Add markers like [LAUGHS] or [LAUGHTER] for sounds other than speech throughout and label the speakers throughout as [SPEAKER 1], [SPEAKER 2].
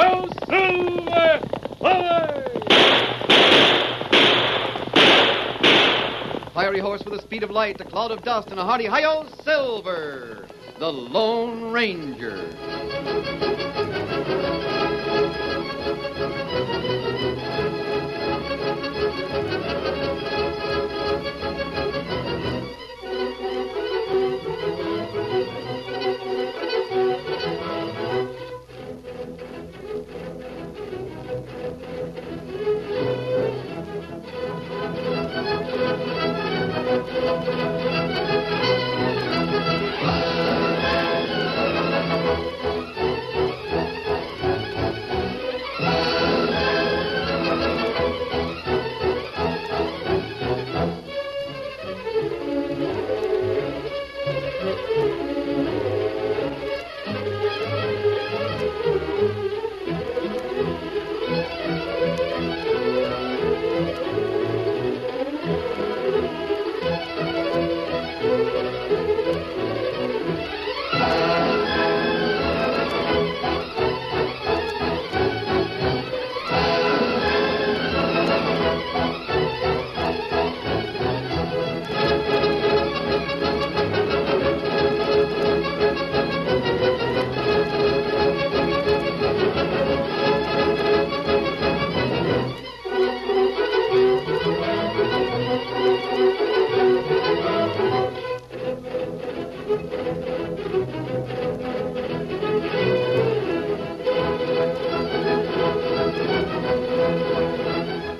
[SPEAKER 1] Oh, silver!
[SPEAKER 2] Fiery horse with the speed of light, a cloud of dust, and a hearty hi-yo, Silver, the Lone Ranger.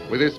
[SPEAKER 2] With his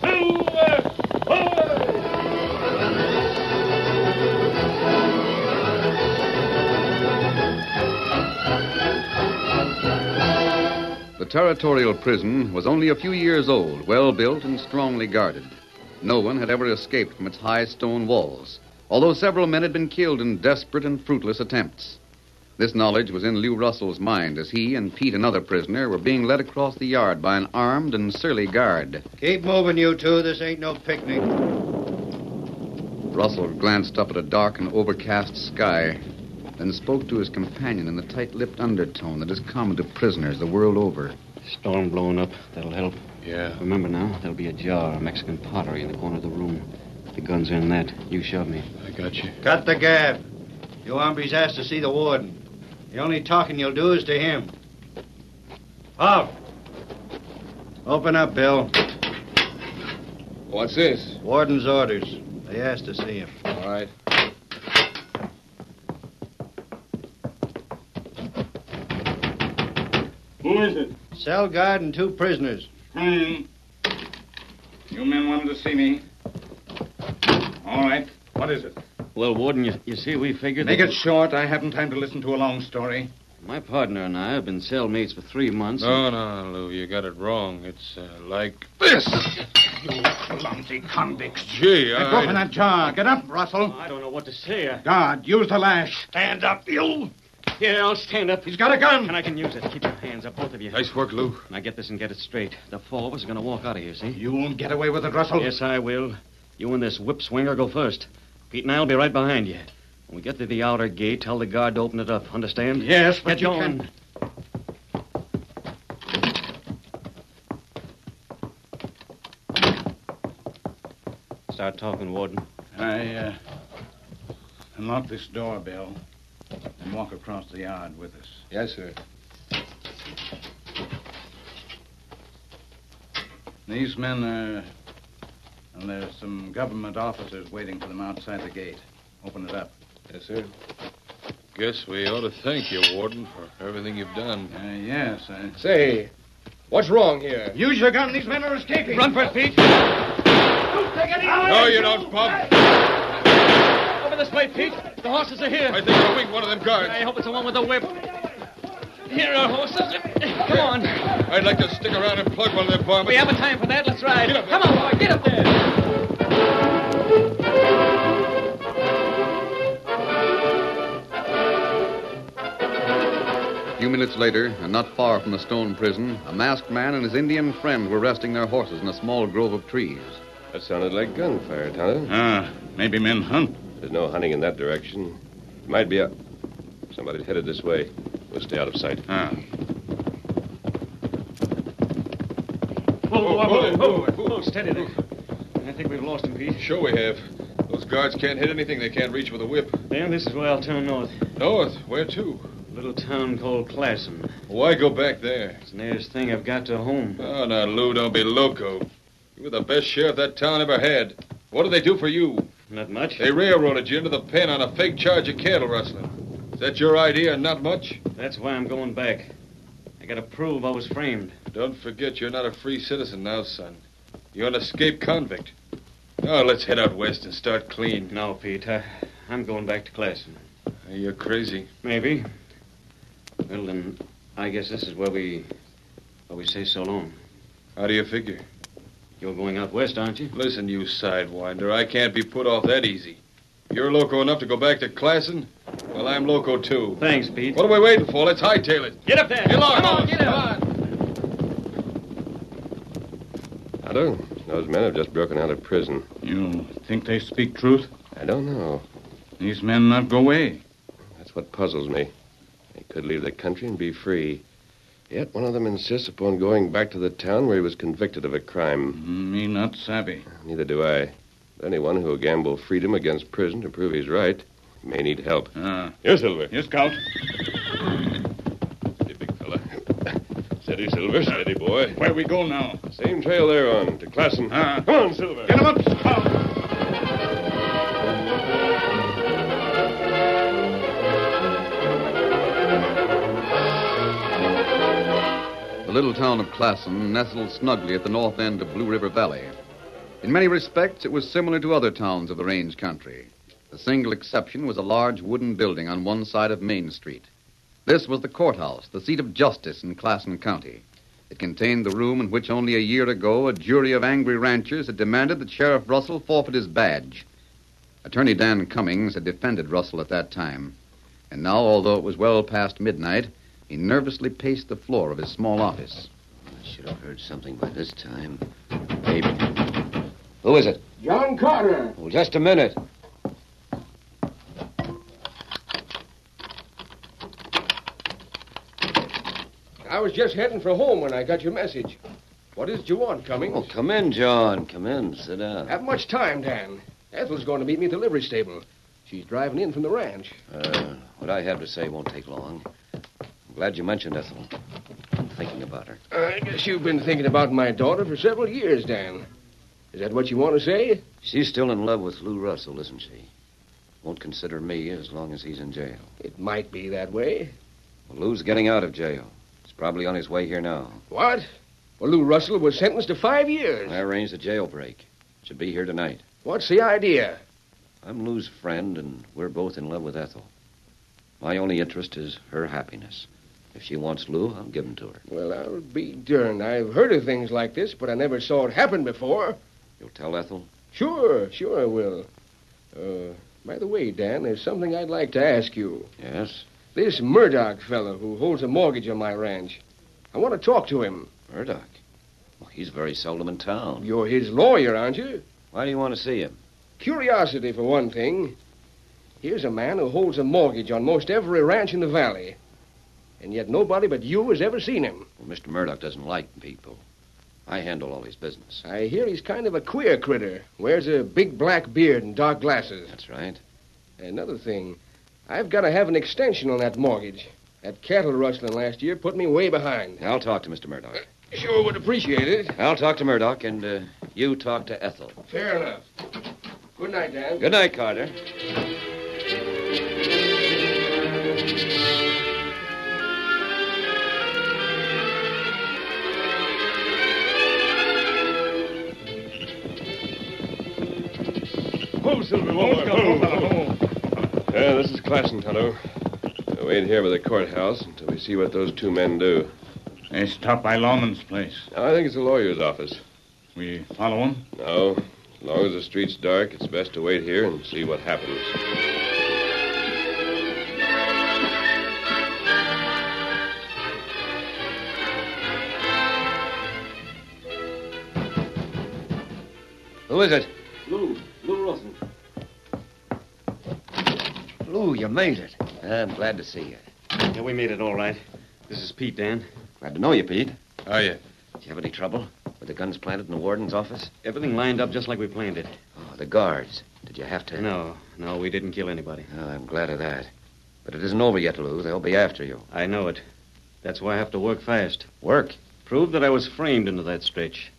[SPEAKER 1] silver! Away!
[SPEAKER 2] The territorial prison was only a few years old, well built and strongly guarded. No one had ever escaped from its high stone walls, although several men had been killed in desperate and fruitless attempts. This knowledge was in Lew Russell's mind as he and Pete, another prisoner, were being led across the yard by an armed and surly guard.
[SPEAKER 3] Keep moving, you two. This ain't no picnic.
[SPEAKER 2] Russell glanced up at a dark and overcast sky, then spoke to his companion in the tight lipped undertone that is common to prisoners the world over.
[SPEAKER 4] Storm blowing up. That'll help.
[SPEAKER 3] Yeah.
[SPEAKER 4] Remember now, there'll be a jar of Mexican pottery in the corner of the room. The guns are in that. You shove me.
[SPEAKER 3] I got you. Cut the gab. You hombres asked to see the warden. The only talking you'll do is to him. Out. Open up, Bill.
[SPEAKER 5] What's this?
[SPEAKER 3] Warden's orders. They asked to see him.
[SPEAKER 5] All right.
[SPEAKER 1] Who is it?
[SPEAKER 3] Cell guard and two prisoners.
[SPEAKER 5] Hmm. You men wanted to see me. All right. What is it?
[SPEAKER 4] Well, Warden, you, you see, we figured.
[SPEAKER 5] Make
[SPEAKER 4] that-
[SPEAKER 5] it short. I haven't time to listen to a long story.
[SPEAKER 4] My partner and I have been cellmates for three months.
[SPEAKER 6] No, no, Lou, you got it wrong. It's uh, like.
[SPEAKER 5] This! You clumsy convicts.
[SPEAKER 6] Gee,
[SPEAKER 5] I've
[SPEAKER 6] I.
[SPEAKER 5] broken that jar. Get up, Russell.
[SPEAKER 4] I don't know what to say.
[SPEAKER 5] Guard, use the lash. Stand up, you.
[SPEAKER 4] Here, I'll stand up.
[SPEAKER 5] He's got a gun.
[SPEAKER 4] And I can use it. Keep your hands up, both of you.
[SPEAKER 6] Nice work, Lou.
[SPEAKER 4] Now get this and get it straight. The four of us are going to walk out of here, see?
[SPEAKER 5] You won't get away with it, Russell.
[SPEAKER 4] Yes, I will. You and this whip swinger go first. Pete and I'll be right behind you. When we get to the outer gate, tell the guard to open it up. Understand?
[SPEAKER 5] Yes, but
[SPEAKER 4] Get
[SPEAKER 5] you
[SPEAKER 4] going.
[SPEAKER 5] can.
[SPEAKER 4] Start talking, Warden.
[SPEAKER 5] I, uh, unlock this door, Bill, and walk across the yard with us.
[SPEAKER 6] Yes, sir.
[SPEAKER 5] These men are. And there's some government officers waiting for them outside the gate. Open it up.
[SPEAKER 6] Yes, sir. Guess we ought to thank you, Warden, for everything you've done.
[SPEAKER 5] Uh, yes, I.
[SPEAKER 7] Say, what's wrong here?
[SPEAKER 5] Use your gun. These men are escaping. Run for it, Pete.
[SPEAKER 6] No, you don't, Bob.
[SPEAKER 4] Over this way, Pete. The horses are here.
[SPEAKER 6] I think I'll wink one of them
[SPEAKER 4] I
[SPEAKER 6] guards.
[SPEAKER 4] hope it's the one with the whip. Here are horses. Come on.
[SPEAKER 6] I'd like to stick around and plug one of their bombers.
[SPEAKER 4] We haven't time for that. Let's ride.
[SPEAKER 6] Get up there.
[SPEAKER 4] Come on, boy. Get up there.
[SPEAKER 2] A few minutes later, and not far from the stone prison, a masked man and his Indian friend were resting their horses in a small grove of trees.
[SPEAKER 7] That sounded like gunfire, Tonto.
[SPEAKER 5] Ah, maybe men hunt.
[SPEAKER 7] There's no hunting in that direction. Might be a. Somebody's headed this way. We'll stay out of sight.
[SPEAKER 5] Ah.
[SPEAKER 4] Whoa, whoa,
[SPEAKER 6] whoa,
[SPEAKER 4] whoa,
[SPEAKER 6] whoa,
[SPEAKER 4] whoa, Steady there. I think we've lost him, Pete.
[SPEAKER 6] Sure we have. Those guards can't hit anything they can't reach with a whip.
[SPEAKER 4] Then this is where I'll turn north.
[SPEAKER 6] North, where to?
[SPEAKER 4] Little town called Classen.
[SPEAKER 6] Why go back there?
[SPEAKER 4] It's the nearest thing I've got to home.
[SPEAKER 6] Oh, now, Lou, don't be loco. You were the best sheriff that town ever had. What did they do for you?
[SPEAKER 4] Not much.
[SPEAKER 6] They railroaded you into the pen on a fake charge of cattle rustling. Is that your idea and not much?
[SPEAKER 4] That's why I'm going back. I gotta prove I was framed.
[SPEAKER 6] Don't forget you're not a free citizen now, son. You're an escaped convict. Now let's head out west and start clean.
[SPEAKER 4] No, Pete. I, I'm going back to Classen.
[SPEAKER 6] You're crazy.
[SPEAKER 4] Maybe. Well, then, I guess this is where we. where we say so long.
[SPEAKER 6] How do you figure?
[SPEAKER 4] You're going out west, aren't you?
[SPEAKER 6] Listen, you sidewinder, I can't be put off that easy. You're loco enough to go back to Classen? Well, I'm loco too.
[SPEAKER 4] Thanks, Pete.
[SPEAKER 6] What are we waiting for? Let's hightail it.
[SPEAKER 4] Get up there!
[SPEAKER 6] Get along,
[SPEAKER 4] Come on,
[SPEAKER 6] fellas.
[SPEAKER 4] get up!
[SPEAKER 7] Tonto, those men have just broken out of prison.
[SPEAKER 5] You think they speak truth?
[SPEAKER 7] I don't know.
[SPEAKER 5] These men not go away.
[SPEAKER 7] That's what puzzles me. They could leave the country and be free. Yet one of them insists upon going back to the town where he was convicted of a crime.
[SPEAKER 5] Mm, Me not savvy.
[SPEAKER 7] Neither do I. But anyone who will gamble freedom against prison to prove he's right may need help.
[SPEAKER 5] Ah.
[SPEAKER 7] Here, Silver.
[SPEAKER 5] You scout.
[SPEAKER 7] Steady, big fella. [LAUGHS] steady, Silver. Steady, boy.
[SPEAKER 5] Ah. Where we go now?
[SPEAKER 7] Same trail they're on, to Classen.
[SPEAKER 5] Ah.
[SPEAKER 7] Come on, Silver.
[SPEAKER 5] Get 'em up, scout.
[SPEAKER 2] The little town of Classen nestled snugly at the north end of Blue River Valley. In many respects, it was similar to other towns of the range country. The single exception was a large wooden building on one side of Main Street. This was the courthouse, the seat of justice in Classen County. It contained the room in which only a year ago a jury of angry ranchers had demanded that Sheriff Russell forfeit his badge. Attorney Dan Cummings had defended Russell at that time. And now, although it was well past midnight, he nervously paced the floor of his small office.
[SPEAKER 8] Should have heard something by this time. Maybe. Who is it?
[SPEAKER 9] John Carter.
[SPEAKER 8] Well, just a minute.
[SPEAKER 9] I was just heading for home when I got your message. What is it you want, Cummings?
[SPEAKER 8] Oh, come in, John. Come in. Sit down.
[SPEAKER 9] Have much time, Dan. Ethel's going to meet me at the livery stable. She's driving in from the ranch.
[SPEAKER 8] Uh, what I have to say won't take long. I'm glad you mentioned Ethel. I'm thinking about her.
[SPEAKER 9] I guess you've been thinking about my daughter for several years, Dan. Is that what you want to say?
[SPEAKER 8] She's still in love with Lou Russell, isn't she? Won't consider me as long as he's in jail.
[SPEAKER 9] It might be that way.
[SPEAKER 8] Well, Lou's getting out of jail. He's probably on his way here now.
[SPEAKER 9] What? Well, Lou Russell was sentenced to five years.
[SPEAKER 8] I arranged a jailbreak. Should be here tonight.
[SPEAKER 9] What's the idea?
[SPEAKER 8] I'm Lou's friend, and we're both in love with Ethel. My only interest is her happiness. If she wants Lou, I'll give him to her.
[SPEAKER 9] Well, I'll be darned. I've heard of things like this, but I never saw it happen before.
[SPEAKER 8] You'll tell Ethel?
[SPEAKER 9] Sure, sure I will. Uh, by the way, Dan, there's something I'd like to ask you.
[SPEAKER 8] Yes.
[SPEAKER 9] This Murdoch fellow who holds a mortgage on my ranch. I want to talk to him.
[SPEAKER 8] Murdoch. Well, he's very seldom in town.
[SPEAKER 9] You're his lawyer, aren't you?
[SPEAKER 8] Why do you want to see him?
[SPEAKER 9] Curiosity, for one thing. Here's a man who holds a mortgage on most every ranch in the valley. And yet nobody but you has ever seen him.
[SPEAKER 8] Well, Mr. Murdoch doesn't like people. I handle all his business.
[SPEAKER 9] I hear he's kind of a queer critter. Wears a big black beard and dark glasses.
[SPEAKER 8] That's right.
[SPEAKER 9] Another thing, I've got to have an extension on that mortgage. That cattle rustling last year put me way behind.
[SPEAKER 8] I'll talk to Mr. Murdoch.
[SPEAKER 9] Sure would appreciate it.
[SPEAKER 8] I'll talk to Murdoch, and uh, you talk to Ethel.
[SPEAKER 9] Fair enough. Good night, Dan.
[SPEAKER 8] Good night, Carter.
[SPEAKER 7] Uh, this is Classen, Tonto. We'll wait here by the courthouse until we see what those two men do.
[SPEAKER 5] They stop by Lawman's place.
[SPEAKER 7] I think it's the lawyer's office.
[SPEAKER 5] We follow him?
[SPEAKER 7] No. As long as the street's dark, it's best to wait here and see what happens.
[SPEAKER 8] Who is it?
[SPEAKER 4] Lou, Lou Rosen.
[SPEAKER 8] Lou, you made it. I'm glad to see you.
[SPEAKER 4] Yeah, we made it all right. This is Pete, Dan.
[SPEAKER 8] Glad to know you, Pete.
[SPEAKER 6] Are you?
[SPEAKER 8] Did you have any trouble? Were the guns planted in the warden's office?
[SPEAKER 4] Everything lined up just like we planned it.
[SPEAKER 8] Oh, the guards. Did you have to?
[SPEAKER 4] No, no, we didn't kill anybody.
[SPEAKER 8] Oh, I'm glad of that. But it isn't over yet, Lou. They'll be after you.
[SPEAKER 4] I know it. That's why I have to work fast.
[SPEAKER 8] Work?
[SPEAKER 4] Prove that I was framed into that stretch.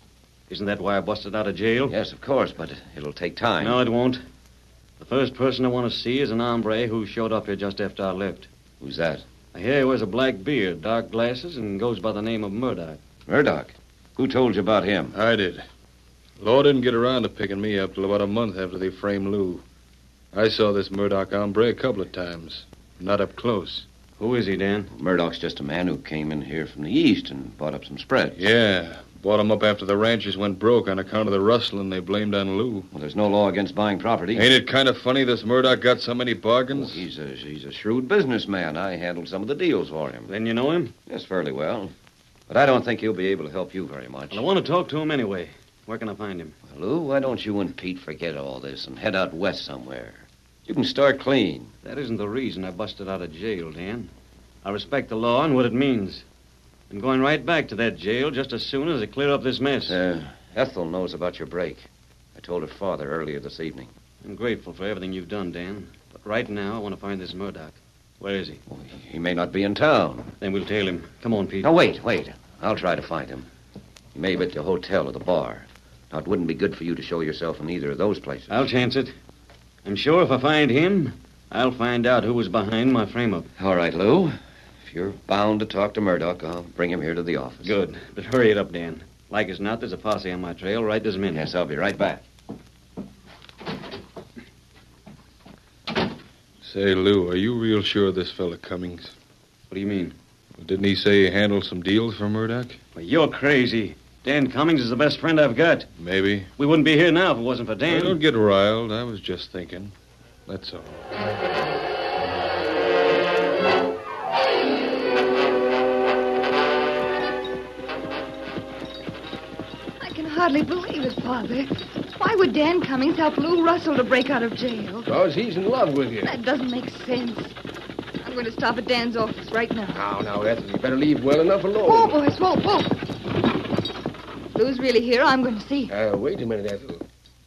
[SPEAKER 4] Isn't that why I busted out of jail?
[SPEAKER 8] Yes, of course, but it'll take time.
[SPEAKER 4] No, it won't. The first person I want to see is an hombre who showed up here just after I left.
[SPEAKER 8] Who's that?
[SPEAKER 4] I hear he wears a black beard, dark glasses, and goes by the name of Murdoch.
[SPEAKER 8] Murdoch. Who told you about him?
[SPEAKER 6] I did. Law didn't get around to picking me up till about a month after they framed Lou. I saw this Murdoch hombre a couple of times. Not up close.
[SPEAKER 4] Who is he, Dan?
[SPEAKER 8] Murdoch's just a man who came in here from the east and bought up some spreads.
[SPEAKER 6] Yeah. Bought 'em up after the ranchers went broke on account of the rustling they blamed on Lou.
[SPEAKER 8] Well, there's no law against buying property.
[SPEAKER 6] Ain't it kind of funny this Murdoch got so many
[SPEAKER 8] Oh,
[SPEAKER 6] bargains?
[SPEAKER 8] he's, a, he's a shrewd businessman. I handled some of the deals for him.
[SPEAKER 4] Then you know him?
[SPEAKER 8] Yes, fairly well. But I don't think he'll be able to help you very much.
[SPEAKER 4] Well, I want to talk to him anyway. Where can I find him?
[SPEAKER 8] Lou, why don't you and Pete forget all this and head out west somewhere? You can start clean.
[SPEAKER 4] That isn't the reason I busted out of jail, Dan. I respect the law and what it means. I'm going right back to that jail just as soon as I clear up this mess.
[SPEAKER 8] Uh, Ethel knows about your break. I told her father earlier this evening.
[SPEAKER 4] I'm grateful for everything you've done, Dan. But right now, I want to find this Murdoch. Where is he?
[SPEAKER 8] He may not be in town.
[SPEAKER 4] Then we'll tail him. Come on, Pete.
[SPEAKER 8] Now, wait, wait. I'll try to find him. He may be at the hotel or the bar. Now, it wouldn't be good for you to show yourself in either of those places.
[SPEAKER 4] I'll chance it. I'm sure if I find him, I'll find out who was behind my frame up.
[SPEAKER 8] All right, Lou. If you're bound to talk to Murdoch, I'll bring him here to the office.
[SPEAKER 4] Good. But hurry it up, Dan. Like as not, there's a posse on my trail right this minute.
[SPEAKER 8] Yes, I'll be right back.
[SPEAKER 6] Say, Lou, are you real sure of this fella Cummings?
[SPEAKER 4] What do you mean?
[SPEAKER 6] Didn't he say he handled some deals for Murdoch?
[SPEAKER 4] Well, you're crazy. Dan Cummings is the best friend I've got.
[SPEAKER 6] Maybe.
[SPEAKER 4] We wouldn't be here now if it wasn't for
[SPEAKER 6] Well,
[SPEAKER 4] Dan.
[SPEAKER 6] don't get riled. I was just thinking. That's all.
[SPEAKER 10] I can hardly believe it, Father. Why would Dan Cummings help Lou Russell to break out of jail?
[SPEAKER 9] Because he's in love with you.
[SPEAKER 10] That doesn't make sense. I'm going to stop at Dan's office right now.
[SPEAKER 9] Now, now, Ethel, you better leave well enough
[SPEAKER 10] Whoa,
[SPEAKER 9] alone.
[SPEAKER 10] boys, whoa, whoa. If Lou's really here. I'm going to see him.
[SPEAKER 9] Uh, wait a minute, Ethel.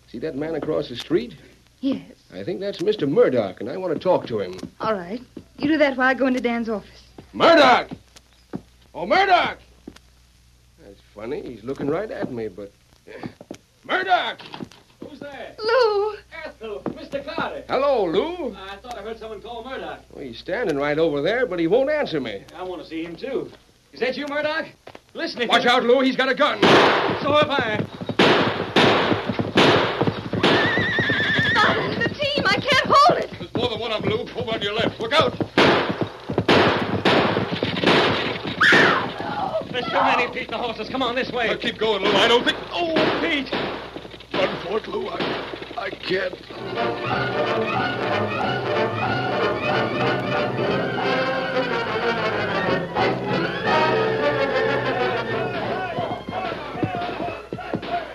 [SPEAKER 9] See that man across the street?
[SPEAKER 10] Yes.
[SPEAKER 9] I think that's Mr. Murdoch, and I want to talk to him.
[SPEAKER 10] All right. You do that while I go into Dan's office.
[SPEAKER 9] Murdoch! Oh, Murdoch! That's funny. He's looking right at me, but. Murdoch!
[SPEAKER 4] Who's there?
[SPEAKER 10] Lou!
[SPEAKER 4] Ethel, Mr. Carter.
[SPEAKER 9] Hello, Lou.
[SPEAKER 4] I thought I heard someone call Murdoch.
[SPEAKER 9] Well, he's standing right over there, but he won't answer me.
[SPEAKER 4] I want to see him, too. Is that you, Murdoch? Listen, if
[SPEAKER 9] Watch
[SPEAKER 4] you...
[SPEAKER 9] out, Lou. He's got a gun.
[SPEAKER 4] So have I.
[SPEAKER 10] Oh, the team! I can't hold it!
[SPEAKER 6] There's more than one of them, Lou. Over on your left. Look out!
[SPEAKER 4] There's too many, Pete, the horses. Come on, this way.
[SPEAKER 6] Now keep going, Lou. I don't think.
[SPEAKER 4] Oh, Pete!
[SPEAKER 6] Run for it, Lou. I, I can't.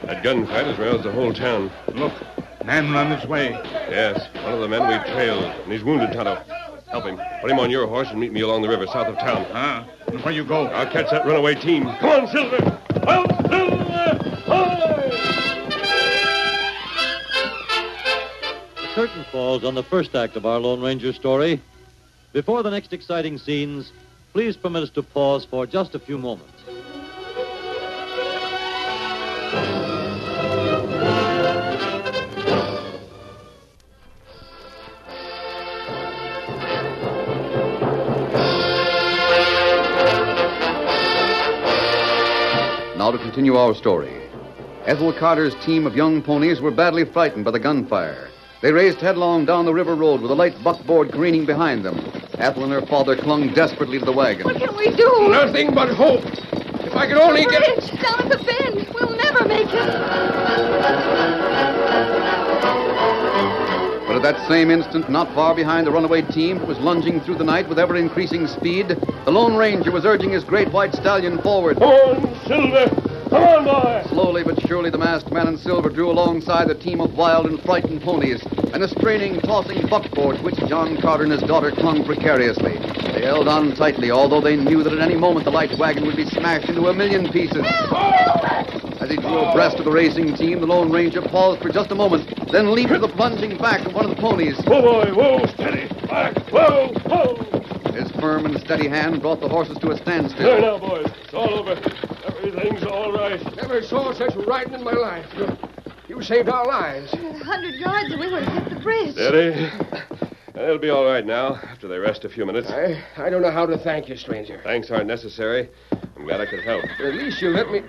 [SPEAKER 7] That gunfight has roused the whole town.
[SPEAKER 5] Look, man run this way.
[SPEAKER 7] Yes, one of the men we've trailed, and he's wounded, Tonto. Help him. Put him on your horse and meet me along the river south of town.
[SPEAKER 5] Huh? And where you go?
[SPEAKER 7] I'll catch that runaway team. Come on, Silver!
[SPEAKER 1] Out, Silver! Away!
[SPEAKER 11] The curtain falls on the first act of our Lone Ranger story. Before the next exciting scenes, please permit us to pause for just a few moments.
[SPEAKER 2] Now to continue our story. Ethel Carter's team of young ponies were badly frightened by the gunfire. They raced headlong down the river road with a light buckboard careening behind them. Ethel and her father clung desperately to the wagon.
[SPEAKER 10] What can we do?
[SPEAKER 2] Nothing but hope. If I could
[SPEAKER 10] We're inched down at the bend. We'll never make it.
[SPEAKER 2] But at that same instant, not far behind the runaway team, who was lunging through the night with ever increasing speed, the Lone Ranger was urging his great white stallion forward.
[SPEAKER 1] Horn, Silver, come on, boy!
[SPEAKER 2] Slowly but surely, the masked man and Silver drew alongside the team of wild and frightened ponies and the straining, tossing buckboard to which John Carter and his daughter clung precariously. They held on tightly, although they knew that at any moment the light wagon would be smashed into a million pieces. As he drew abreast of the racing team, the Lone Ranger paused for just a moment, then leaped to the plunging back of one of the ponies. Whoa, boy, whoa, steady, back, whoa, whoa. His firm and steady hand brought the horses to a standstill.
[SPEAKER 1] There now, boys. It's all over. Everything's all right.
[SPEAKER 9] Never saw such riding in my life. You saved our lives.
[SPEAKER 10] A hundred yards and we would have hit the bridge.
[SPEAKER 7] Steady. It'll be all right now, after they rest a few minutes.
[SPEAKER 9] I, I don't know how to thank you, stranger.
[SPEAKER 7] Thanks aren't necessary. I'm glad I could help.
[SPEAKER 9] At least you let me.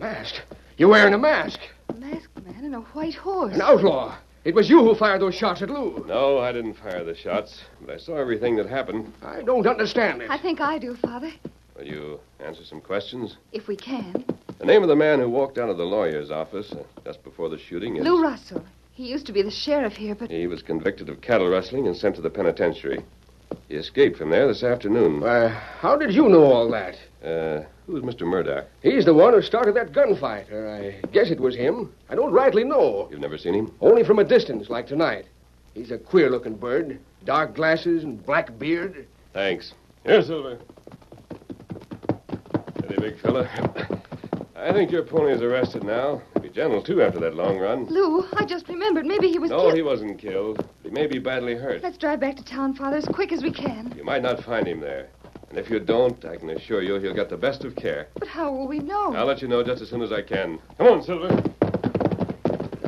[SPEAKER 9] Mask. You're wearing a mask.
[SPEAKER 10] Man and a white horse.
[SPEAKER 9] An outlaw. It was you who fired those shots at Lou.
[SPEAKER 7] No, I didn't fire the shots, but I saw everything that happened.
[SPEAKER 9] I don't understand it.
[SPEAKER 10] I think I do, Father,
[SPEAKER 7] Will you answer some questions?
[SPEAKER 10] if we can.
[SPEAKER 7] The name of the man who walked out of the lawyer's office uh, just before the shooting is.
[SPEAKER 10] Lou Russell. He used to be the sheriff here, but
[SPEAKER 7] He was convicted of cattle rustling and sent to the penitentiary. He escaped from there this afternoon. Why,
[SPEAKER 9] Uh, how did you know all that?
[SPEAKER 7] Uh, who's Mr. Murdoch?
[SPEAKER 9] He's the one who started that gunfight, or I guess it was him. I don't rightly know.
[SPEAKER 7] You've never seen him?
[SPEAKER 9] Only from a distance, like tonight. He's a queer looking bird. Dark glasses and black beard.
[SPEAKER 7] Thanks.
[SPEAKER 9] Here, Silver.
[SPEAKER 7] Steady, big fella. I think your pony's arrested now. Be gentle, too, after that long run.
[SPEAKER 10] Lou, I just remembered. Maybe he was
[SPEAKER 7] no,
[SPEAKER 10] killed.
[SPEAKER 7] he wasn't killed. He may be badly hurt.
[SPEAKER 10] Let's drive back to town, Father, as quick as we can.
[SPEAKER 7] You might not find him there. And if you don't, I can assure you he'll get the best of care.
[SPEAKER 10] But how will we know?
[SPEAKER 7] I'll let you know just as soon as I can. Come on, Silver.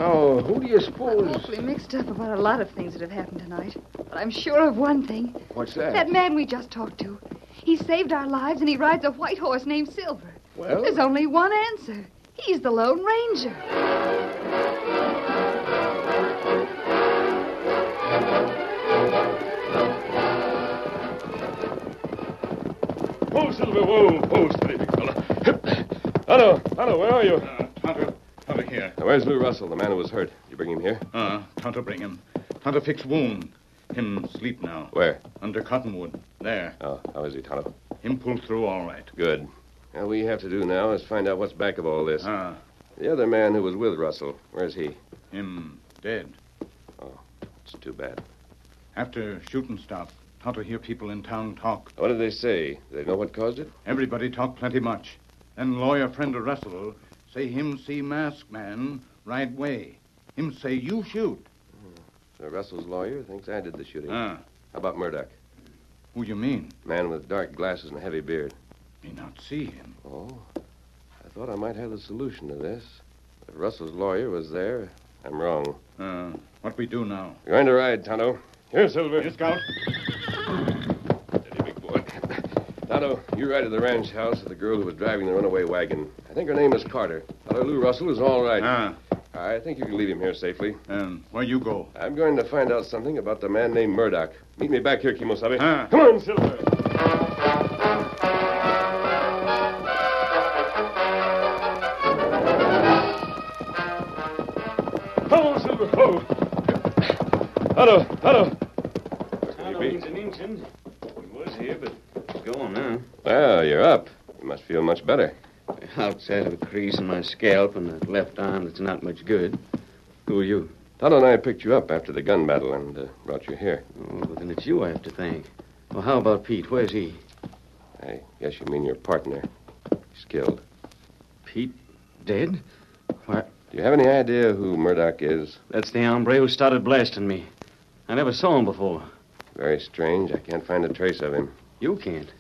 [SPEAKER 9] Oh, who do you
[SPEAKER 10] I'm
[SPEAKER 9] suppose?
[SPEAKER 10] awfully mixed up about a lot of things that have happened tonight. But I'm sure of one thing.
[SPEAKER 9] What's that?
[SPEAKER 10] That man we just talked to. He saved our lives and he rides a white horse named Silver.
[SPEAKER 9] Well?
[SPEAKER 10] There's only one answer. He's the Lone Ranger.
[SPEAKER 1] Whoa, Silver, whoa, whoa, steady, big fella. Hello, hello, where are you? Tonto, over here.
[SPEAKER 7] Now, where's Lou Russell, the man who was hurt? You bring him here?
[SPEAKER 5] Ah, Tonto bring him. Tonto fix wound. Him sleep now.
[SPEAKER 7] Where?
[SPEAKER 5] Under cottonwood. There.
[SPEAKER 7] Oh, how is he, Tonto?
[SPEAKER 5] Him pull through all right.
[SPEAKER 7] Good. All we have to do now is find out what's back of all this.
[SPEAKER 5] Ah.
[SPEAKER 7] The other man who was with Russell, where's he? Oh,
[SPEAKER 5] Him dead.
[SPEAKER 7] It's too bad.
[SPEAKER 5] After shooting stop, Tonto hear people in town talk.
[SPEAKER 7] What did they say? They know what caused it?
[SPEAKER 5] Everybody talk plenty much. Then lawyer friend of Russell say him see mask man right way. Him say you shoot.
[SPEAKER 7] So Uh, Russell's lawyer thinks I did the shooting.
[SPEAKER 5] Ah.
[SPEAKER 7] How about Murdoch?
[SPEAKER 5] Who you mean?
[SPEAKER 7] Man with dark glasses and a heavy beard.
[SPEAKER 5] Me not see him.
[SPEAKER 7] Oh. I thought I might have the solution to this. If Russell's lawyer was there, I'm wrong.
[SPEAKER 5] Uh, what we do now?
[SPEAKER 7] You're going to ride, Tonto. Here, Silver.
[SPEAKER 5] Here, Scout.
[SPEAKER 7] Steady, big boy. Tonto, you ride to the ranch house with the girl who was driving the runaway wagon. I think her name is Carter. Tell her Lou Russell is all right.
[SPEAKER 5] Ah.
[SPEAKER 7] I think you can leave him here safely.
[SPEAKER 5] Um, where you go?
[SPEAKER 7] I'm going to find out something about the man named Murdoch. Meet me back here, Kimosabe.
[SPEAKER 5] Ah.
[SPEAKER 7] Come on, Silver.
[SPEAKER 1] Hello, Silver, hello. Hello, hello.
[SPEAKER 4] Tonto
[SPEAKER 7] be?
[SPEAKER 4] means an engine. He was here, but he's gone now.
[SPEAKER 7] Well, you're up. You must feel much better.
[SPEAKER 4] Outside of a crease in my scalp and a left arm that's not much good. Who are you?
[SPEAKER 7] Tonto and I picked you up after the gun battle and uh, brought you here.
[SPEAKER 4] Oh, but then it's you I have to thank. Well, how about Pete? Where's he?
[SPEAKER 7] I guess you mean your partner. He's killed.
[SPEAKER 4] Pete? Dead?
[SPEAKER 7] Do you have any idea who Murdoch is?
[SPEAKER 4] That's the hombre who started blasting me. I never saw him before.
[SPEAKER 7] Very strange. I can't find a trace of him.
[SPEAKER 4] You can't.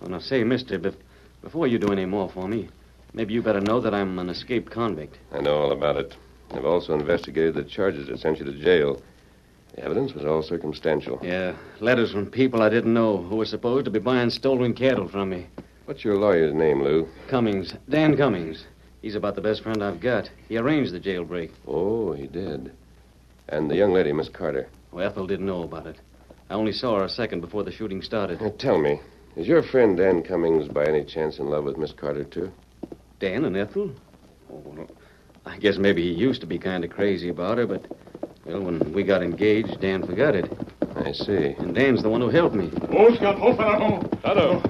[SPEAKER 4] Well, now, say, mister, bef- before you do any more for me, maybe you better know that I'm an escaped convict.
[SPEAKER 7] I know all about it. I've also investigated the charges that sent you to jail. The evidence was all circumstantial.
[SPEAKER 4] Yeah, letters from people I didn't know who were supposed to be buying stolen cattle from me.
[SPEAKER 7] What's your lawyer's name, Lou?
[SPEAKER 4] Cummings, Dan Cummings. He's about the best friend I've got. He arranged the jailbreak.
[SPEAKER 7] Oh, he did. And the young lady, Miss Carter.
[SPEAKER 4] Well, Ethel didn't know about it. I only saw her a second before the shooting started.
[SPEAKER 7] Now, tell me, is your friend Dan Cummings by any chance in love with Miss Carter, too?
[SPEAKER 4] Dan and Ethel? Oh, well, I guess maybe he used to be kind of crazy about her, but, well, when we got engaged, Dan forgot it.
[SPEAKER 7] I see.
[SPEAKER 4] And Dan's the one who helped me.
[SPEAKER 1] Who's got hope at home? Hello.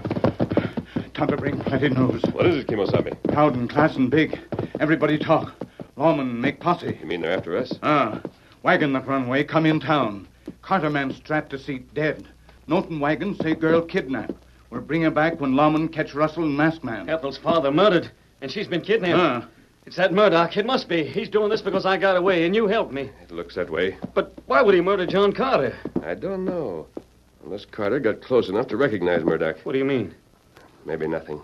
[SPEAKER 5] Tonto bring plenty news.
[SPEAKER 7] What is it, Kimosabe?
[SPEAKER 5] Cowden, Class, and Big. Everybody talk. Lawman make posse.
[SPEAKER 7] You mean they're after us?
[SPEAKER 5] Ah. Wagon that run away come in town. Carter man strapped to seat dead. Norton wagon say girl kidnapped. We'll bring her back when Lawman catch Russell and Masked Man.
[SPEAKER 4] Ethel's father murdered, and she's been kidnapped.
[SPEAKER 5] Huh.
[SPEAKER 4] It's that Murdoch. It must be. He's doing this because I got away, and you helped me.
[SPEAKER 7] It looks that way.
[SPEAKER 4] But why would he murder John Carter?
[SPEAKER 7] I don't know. Unless Carter got close enough to recognize Murdoch.
[SPEAKER 4] What do you mean?
[SPEAKER 7] Maybe nothing.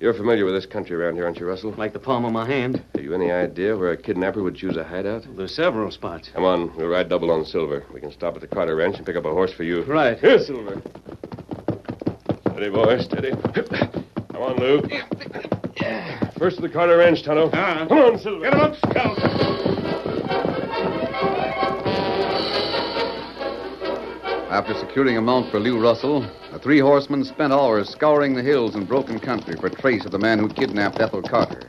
[SPEAKER 7] You're familiar with this country around here, aren't you, Russell?
[SPEAKER 4] Like the palm of my hand.
[SPEAKER 7] Have you any idea where a kidnapper would choose a hideout?
[SPEAKER 4] There's several spots.
[SPEAKER 7] Come on, we'll ride double on Silver. We can stop at the Carter Ranch and pick up a horse for you.
[SPEAKER 4] Right.
[SPEAKER 7] Here, Silver. Steady, boy, steady. Come on, Lou. First to the Carter Ranch, Tonto. Come on, Silver. Ah. Get him up,
[SPEAKER 2] After securing a mount for Lew Russell, the three horsemen spent hours scouring the hills and broken country for trace of the man who kidnapped Ethel Carter.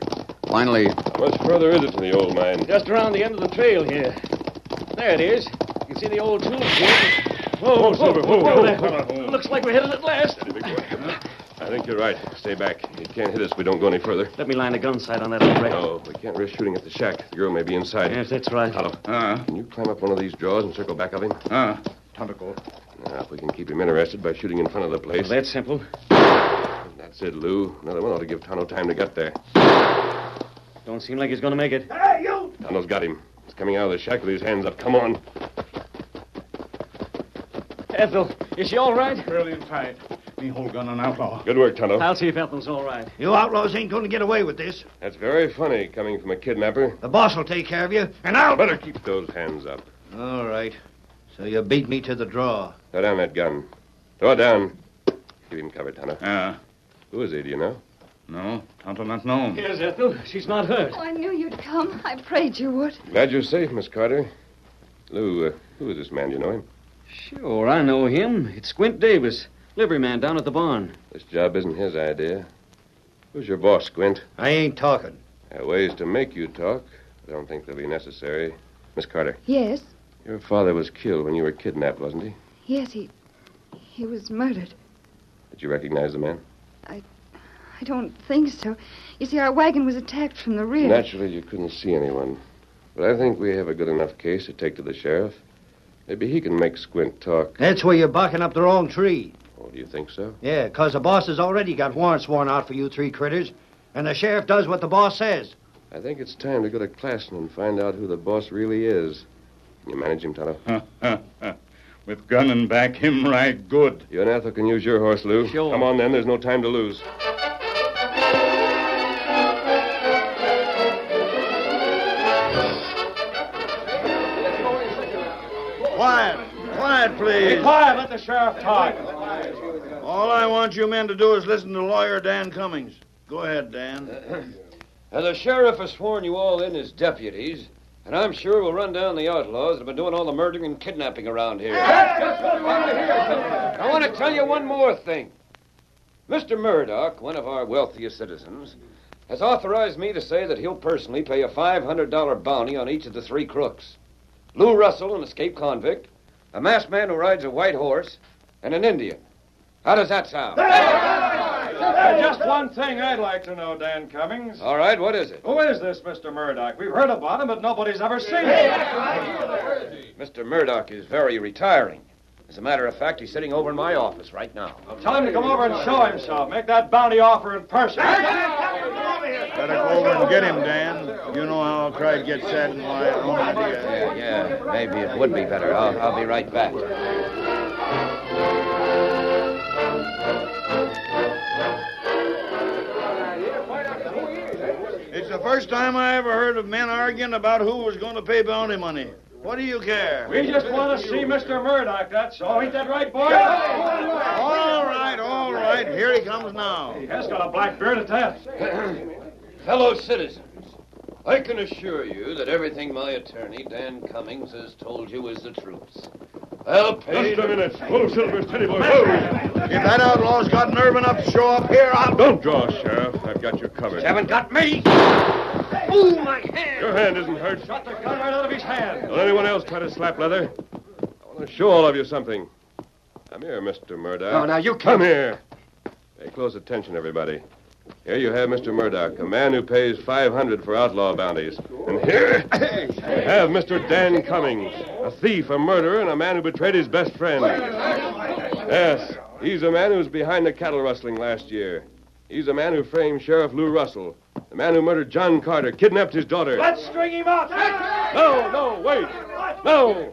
[SPEAKER 2] Finally,
[SPEAKER 7] How much further is it to the old mine?
[SPEAKER 4] Just around the end of the trail here. There it is. You can see the old tulip field. Whoa,
[SPEAKER 7] Whoa, Silver, whoa, whoa,
[SPEAKER 4] there.
[SPEAKER 7] whoa, whoa.
[SPEAKER 4] Looks like we're headed at last.
[SPEAKER 7] I think you're right. Stay back. It can't hit us if we don't go any further.
[SPEAKER 4] Let me line a gun sight on that old wreck.
[SPEAKER 7] No, we can't risk shooting at the shack. The girl may be inside.
[SPEAKER 4] Yes, that's right.
[SPEAKER 7] Tonto,
[SPEAKER 5] Ah,
[SPEAKER 7] can you climb up one of these draws and circle back of him?
[SPEAKER 5] ah. Tonto go.
[SPEAKER 7] Now, if we can keep him interested by shooting in front of the place.
[SPEAKER 4] Well, that's simple.
[SPEAKER 7] That's it, Lou. Another one ought to give Tonto time to get there.
[SPEAKER 4] Don't seem like he's going to make it.
[SPEAKER 7] Tonto's got him. He's coming out of the shack with his hands up. Come on.
[SPEAKER 5] Ah.
[SPEAKER 4] Ethel, is she all right?
[SPEAKER 5] Girl inside. Me hold gun on outlaw.
[SPEAKER 7] Good work, Tonto.
[SPEAKER 4] I'll see if Ethel's all right.
[SPEAKER 3] You outlaws ain't going to get away with this.
[SPEAKER 7] That's very funny coming from a kidnapper.
[SPEAKER 3] The boss will take care of you, and I'll.
[SPEAKER 7] Better keep those hands up.
[SPEAKER 3] All right. So you beat me to the draw.
[SPEAKER 7] Throw down that gun. Throw it down. Give him cover, Tonto.
[SPEAKER 5] Ah.
[SPEAKER 7] Who is he, do you know?
[SPEAKER 5] No, Tonto not know.
[SPEAKER 4] Here's Ethel. She's not hurt.
[SPEAKER 10] Oh, I knew you'd come. I prayed you would.
[SPEAKER 7] Glad you're safe, Miss Carter. Lou, uh, who is this man? Do you know him?
[SPEAKER 4] Sure, I know him. Hmm, It's Squint Davis, livery man down at the barn.
[SPEAKER 7] This job isn't his idea. Who's your boss, Squint?
[SPEAKER 3] I ain't talking.
[SPEAKER 7] There are ways to make you talk. I don't think they'll be necessary. Miss Carter,
[SPEAKER 10] Yes,
[SPEAKER 7] your father was killed when you were kidnapped, wasn't he?
[SPEAKER 10] yes, he. He was murdered.
[SPEAKER 7] Did you recognize the man?
[SPEAKER 10] I don't think so. You see, our wagon was attacked from the rear.
[SPEAKER 7] Naturally, you couldn't see anyone. But I think we have a good enough case to take to the sheriff. Maybe he can make Squint talk.
[SPEAKER 3] That's where you're barking up the wrong tree.
[SPEAKER 7] Oh, do you think so?
[SPEAKER 3] Yeah, 'cause the boss has already got warrants worn out for you three critters, and the sheriff does what the boss says.
[SPEAKER 7] I think it's time to go to Klassen and find out who the boss really is. Can you manage him, Tonto?
[SPEAKER 5] With gun and back, him ride good.
[SPEAKER 7] You and Ethel can use your horse, Lou.
[SPEAKER 4] Sure.
[SPEAKER 7] Come on, then. There's no time to lose.
[SPEAKER 3] Quiet! Quiet, please!
[SPEAKER 1] quiet. Let the sheriff talk.
[SPEAKER 3] All I want you men to do is listen to lawyer Dan Cummings. Go ahead, Dan.
[SPEAKER 8] Now, the sheriff has sworn you all in as deputies, and I'm sure we'll run down the outlaws that have been doing all the murdering and kidnapping around here. I want to tell you one more thing. Mr. Murdoch, one of our wealthiest citizens, has authorized me to say that he'll personally pay a $500 bounty on each of the three crooks Lou Russell, an escaped convict, a masked man who rides a white horse, and an Indian. How does that sound?
[SPEAKER 1] Uh, just one thing I'd like to know, Dan Cummings.
[SPEAKER 8] All right, what is it?
[SPEAKER 1] Who is this Mr. Murdoch? We've heard about him, but nobody's ever seen him.
[SPEAKER 8] Mr. Murdoch is very retiring. As a matter of fact, he's sitting over in my office right now.
[SPEAKER 1] Tell him to come over and show himself. Make that bounty offer in person.
[SPEAKER 5] Better go over and get him, Dan. You know how I'll try to get set and why I don't idea.
[SPEAKER 8] Yeah, maybe it would be better. I'll, I'll be right back.
[SPEAKER 12] It's the first time I ever heard of men arguing about who was going to pay bounty money. What do you care?
[SPEAKER 1] We just want to see Mr. Murdoch, that's all. Oh, Ain't that right, boy?
[SPEAKER 12] All right, all right. Here he comes now.
[SPEAKER 1] He has got a black beard at that.
[SPEAKER 8] Fellow citizens, I can assure you that everything my attorney, Dan Cummings, has told you is the truth. I'll pay.
[SPEAKER 7] Just a minute. Whoa, Silver, steady, boy.
[SPEAKER 6] If that outlaw's got nerve enough to show up here, I'll.
[SPEAKER 7] Don't draw, Sheriff. I've got you covered.
[SPEAKER 6] You haven't got me.
[SPEAKER 8] Ooh, my hand!
[SPEAKER 7] Your hand isn't hurt.
[SPEAKER 8] Shot the gun right out of his hand.
[SPEAKER 7] Don't anyone else try to slap leather. I want to show all of you something. Come here, Mr.
[SPEAKER 6] Oh,
[SPEAKER 7] Murdoch.
[SPEAKER 13] No, now, you
[SPEAKER 7] Oh, Come
[SPEAKER 13] can't-
[SPEAKER 7] here. Pay close attention, everybody. Here you have Mr. Murdoch, a man who pays 500 for outlaw bounties. And here you have Mr. Dan Cummings, a thief, a murderer, and a man who betrayed his best friend. Yes, he's a man who was behind the cattle rustling last year. He's the man who framed Sheriff Lou Russell, the man who murdered John Carter, kidnapped his daughter.
[SPEAKER 6] Let's string him up.
[SPEAKER 7] No, no, wait. No!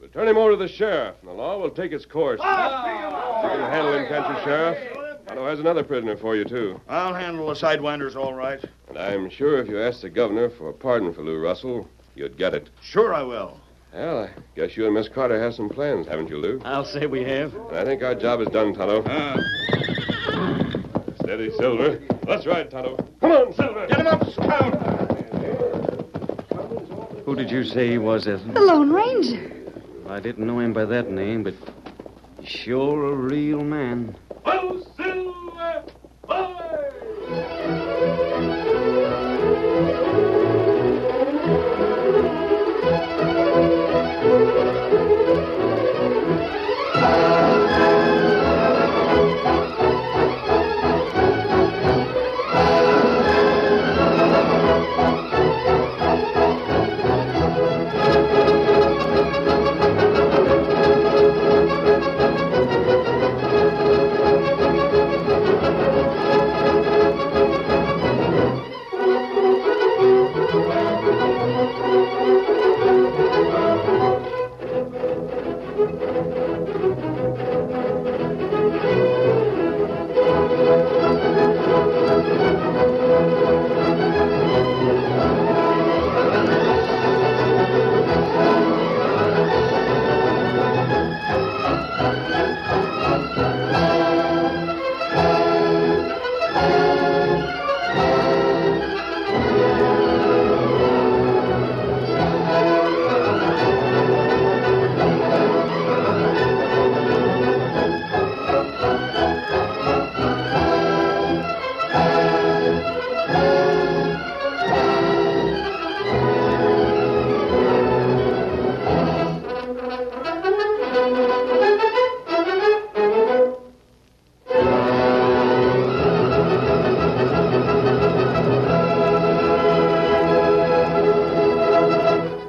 [SPEAKER 7] We'll turn him over to the sheriff, and the law will take its course. You can handle him, can't you, Sheriff? Otto has another prisoner for you, too.
[SPEAKER 6] I'll handle the sidewinders all right.
[SPEAKER 7] And I'm sure if you asked the governor for a pardon for Lou Russell, you'd get it.
[SPEAKER 6] Sure, I will.
[SPEAKER 7] Well, I guess you and Miss Carter have some plans, haven't you, Lou?
[SPEAKER 4] I'll say we have.
[SPEAKER 7] And I think our job is done, Tonto.
[SPEAKER 6] Ah.
[SPEAKER 7] Steady, Silver. That's right, Tonto. Come on, Silver. Get him up, scout.
[SPEAKER 4] Who did you say he was, Ethel?
[SPEAKER 10] The Lone Ranger.
[SPEAKER 4] I didn't know him by that name, but sure a real man.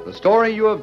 [SPEAKER 2] The story you have